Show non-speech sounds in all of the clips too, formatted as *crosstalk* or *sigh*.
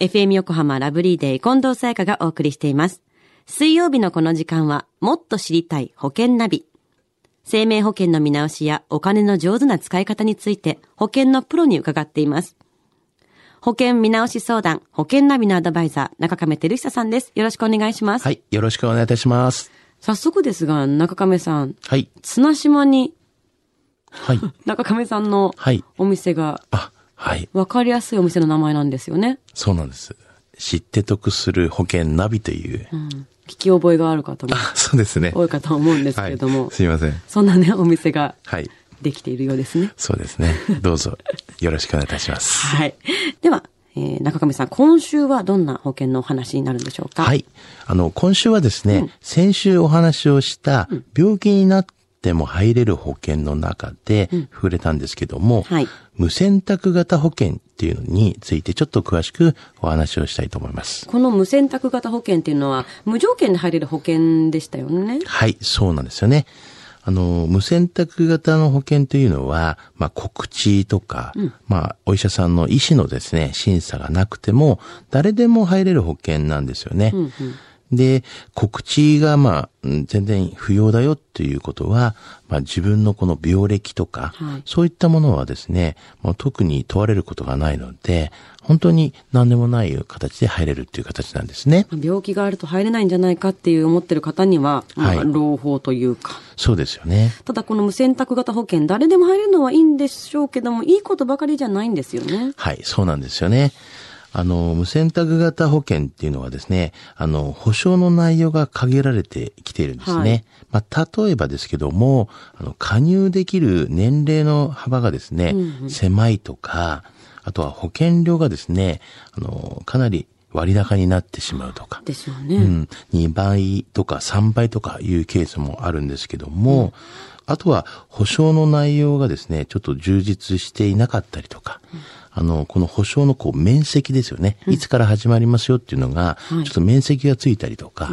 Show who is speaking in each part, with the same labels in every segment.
Speaker 1: FM 横浜ラブリーデー近藤沙耶香がお送りしています。水曜日のこの時間は、もっと知りたい保険ナビ。生命保険の見直しやお金の上手な使い方について、保険のプロに伺っています。保険見直し相談、保険ナビのアドバイザー、中亀照久さんです。よろしくお願いします。
Speaker 2: はい。よろしくお願いいたします。
Speaker 1: 早速ですが、中亀さん、
Speaker 2: はい。
Speaker 1: 綱島に *laughs*
Speaker 2: はい。
Speaker 1: 中亀さんの
Speaker 2: はい
Speaker 1: お店が、
Speaker 2: あ、はい。
Speaker 1: わかりやすいお店の名前なんですよね。
Speaker 2: そうなんです。知って得する保険ナビという。
Speaker 1: 聞き覚えがある方
Speaker 2: *laughs*
Speaker 1: も
Speaker 2: あ、そうですね。
Speaker 1: 多いかと思うんですけ
Speaker 2: は
Speaker 1: れ
Speaker 2: い
Speaker 1: ども、。
Speaker 2: すいません。
Speaker 1: そんなね、お店が
Speaker 2: はい。
Speaker 1: できているようですね。
Speaker 2: そうで
Speaker 1: *laughs*
Speaker 2: すね。どうぞ、よろしくお願いいたします。
Speaker 1: はい。では、えー中上さん、今週はどんな保険のお話になるんでしょうか
Speaker 2: はい。あの、今週はですね、先週お話をした、病気になっても入れる保険の中で触れたんですけども、
Speaker 1: はい
Speaker 2: 無選択型保険っていうのについてちょっと詳しくお話をしたいと思います。
Speaker 1: この無選択型保険っていうのは、無条件で入れる保険でしたよね。
Speaker 2: はい、そうなんですよね。あの、無選択型の保険というのは、まあ、告知とか、まあ、お医者さんの医師のですね、審査がなくても、誰でも入れる保険なんですよね。で、告知が、まあ、うん全然不要だよっていうことは、まあ、自分のこの病歴とか、
Speaker 1: はい
Speaker 2: そういったものはですね、もう特に問われることがないので、本当に何でもない形で入れるっていう形なんですね。
Speaker 1: まあ病気があると入れないんじゃないかっていう思ってる方には、まあ
Speaker 2: はい
Speaker 1: 朗報というか。
Speaker 2: そうですよね。
Speaker 1: ただこの無選択型保険、誰でも入れるのはいいんでしょうけども、いいことばかりじゃないんですよね。
Speaker 2: はい、そうなんですよね。あの、無選択型保険っていうのはですね、あの、保証の内容が限られてきているんですね。まあ、例えばですけども、あの、加入できる年齢の幅がですね、狭いとか、あとは保険料がですね、あの、かなり割高になってしまうとか、
Speaker 1: ですよね。
Speaker 2: うん、2倍とか3倍とかいうケースもあるんですけども、あとは保証の内容がですね、ちょっと充実していなかったりとか、あの、この保証のこう面積ですよね。いつから始まりますよっていうのが、ちょっと面積がついたりとか、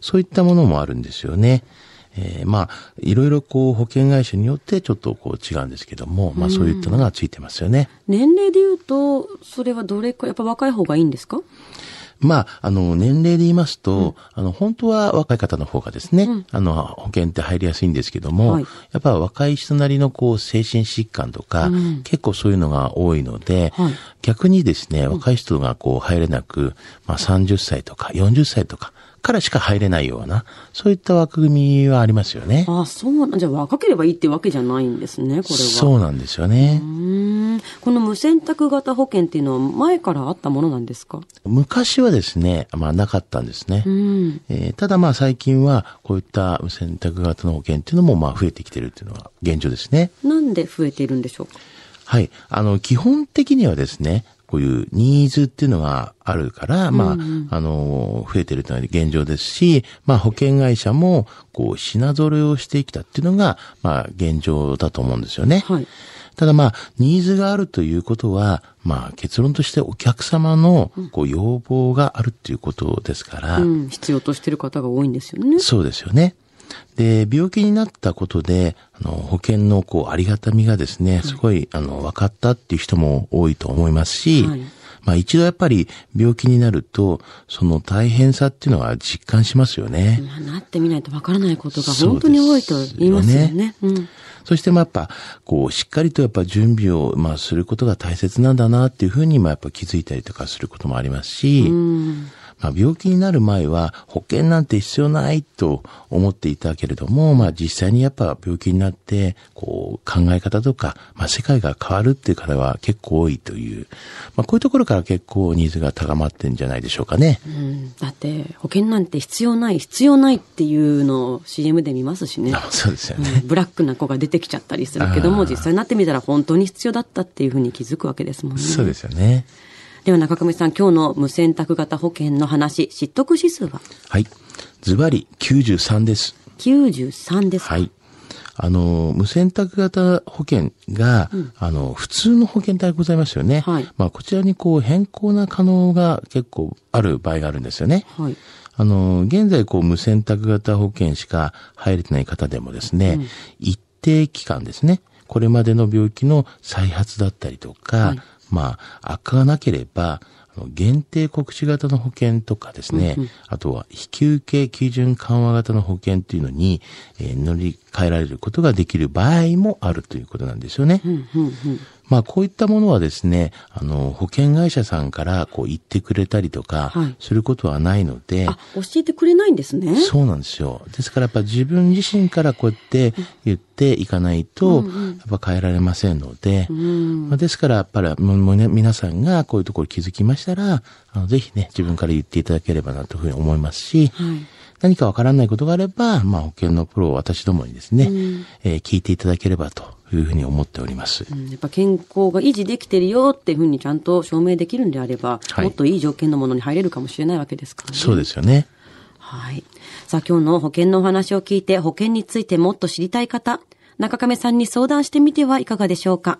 Speaker 2: そういったものもあるんですよね。えーまあ、いろいろこう保険会社によってちょっとこう違うんですけども、まあそういったのがついてますよね。
Speaker 1: 年齢で言うと、それはどれくらい、やっぱ若い方がいいんですか
Speaker 2: まあ、あの、年齢で言いますと、あの、本当は若い方の方がですね、あの、保険って入りやすいんですけども、
Speaker 1: はい
Speaker 2: やっぱ若い人なりのこう、精神疾患とか、結構そういうのが多いので、
Speaker 1: はい
Speaker 2: 逆にですね、若い人がこう、入れなく、まあ、30歳とか40歳とかからしか入れないような、そういった枠組みはありますよね。
Speaker 1: ああ、そうなん、じゃあ若ければいいってわけじゃないんですね、これは。
Speaker 2: そうなんですよね。
Speaker 1: うーん。この無選択型保険っていうのは前からあったものなんですか
Speaker 2: 昔はですね、まあ、なかったんですね。
Speaker 1: うん。
Speaker 2: えーただまあ最近はこういった選択型の保険っていうのもまあ増えてきてるっていうのが現状ですね。
Speaker 1: なんで増えているんでしょうか
Speaker 2: はい。あの、基本的にはですね、こういうニーズっていうのがあるから、まあ、あの、増えてるというのが現状ですし、まあ保険会社もこう品揃えをしてきたっていうのが、まあ現状だと思うんですよね。
Speaker 1: はい。
Speaker 2: ただまあ、ニーズがあるということは、まあ結論としてお客様のこう要望があるっていうことですから、
Speaker 1: うん。必要としてる方が多いんですよね。
Speaker 2: そうですよね。で、病気になったことで、あの、保険のこう、ありがたみがですね、すごい、あの、分かったっていう人も多いと思いますし、
Speaker 1: はい
Speaker 2: まあ一度やっぱり病気になると、その大変さっていうのは実感しますよね。
Speaker 1: まあ、なってみないとわからないことが本当に多いと言いますよね。うん。
Speaker 2: そしてまあやっぱ、こう、しっかりとやっぱ準備を、まあすることが大切なんだなっていうふうに、まあやっぱ気づいたりとかすることもありますし、
Speaker 1: うん。
Speaker 2: まあ、病気になる前は保険なんて必要ないと思っていたけれども、まあ、実際にやっぱ病気になって、こう、考え方とか、まあ、世界が変わるっていう方は結構多いという、まあ、こういうところから結構ニーズが高まってんじゃないでしょうかね。
Speaker 1: うんだって、保険なんて必要ない、必要ないっていうのを CM で見ますしね。
Speaker 2: あそうですよね。
Speaker 1: うんブラックな子が出てきちゃったりするけども、実際になってみたら本当に必要だったっていうふうに気づくわけですもんね。
Speaker 2: そうですよね。
Speaker 1: では中上さん、今日の無選択型保険の話、失得指数は
Speaker 2: はい。ズバリ93です。
Speaker 1: 93です。
Speaker 2: はい。あの、無選択型保険が、あの、普通の保険でございますよね。
Speaker 1: はい
Speaker 2: まあ、こちらにこう、変更な可能が結構ある場合があるんですよね。
Speaker 1: はい。
Speaker 2: あの、現在こう、無選択型保険しか入れてない方でもですね、一定期間ですね、これまでの病気の再発だったりとか、まあ、悪化がなければ、ああの限定告知型の保険とかですね、あとは引き受け基準緩和型の保険というのに、えー乗り換えられることができる場合もあるということなんですよね。まあこういったものはですね、あの保険会社さんからこう言ってくれたりとか
Speaker 1: はい
Speaker 2: することはないので、
Speaker 1: あ、教えてくれないんですね。
Speaker 2: そうなんですよ。ですからやっぱ自分自身からこうやって言っていかないと、やっぱ変えられませんので、まあ、ですからやっぱりももうね皆さんがこういうところ気づきましたら、あのぜひね、自分から言っていただければなというふうに思いますし、
Speaker 1: はい。
Speaker 2: 何かわからないことがあれば、まあ保険のプロ私どもにですね、えー聞いていただければというふうに思っております。
Speaker 1: うんやっぱ健康が維持できてるよっていうふうにちゃんと証明できるんであれば、
Speaker 2: はい
Speaker 1: もっといい条件のものに入れるかもしれないわけですからね。
Speaker 2: そうですよね。
Speaker 1: はい。さあ今日の保険のお話を聞いて保険についてもっと知りたい方、中亀さんに相談してみてはいかがでしょうか。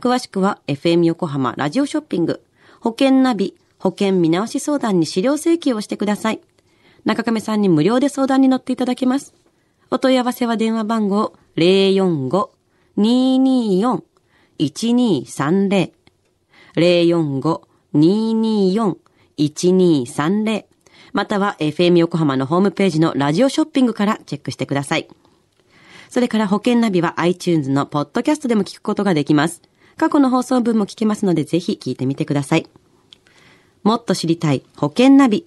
Speaker 1: 詳しくは FM 横浜ラジオショッピング、保険ナビ、保険見直し相談に資料請求をしてください。中亀さんに無料で相談に乗っていただけます。お問い合わせは電話番号045-224-1230。045-224-1230または FM 横浜のホームページのラジオショッピングからチェックしてください。それから保険ナビは iTunes のポッドキャストでも聞くことができます。過去の放送分も聞けますのでぜひ聞いてみてください。もっと知りたい保険ナビ。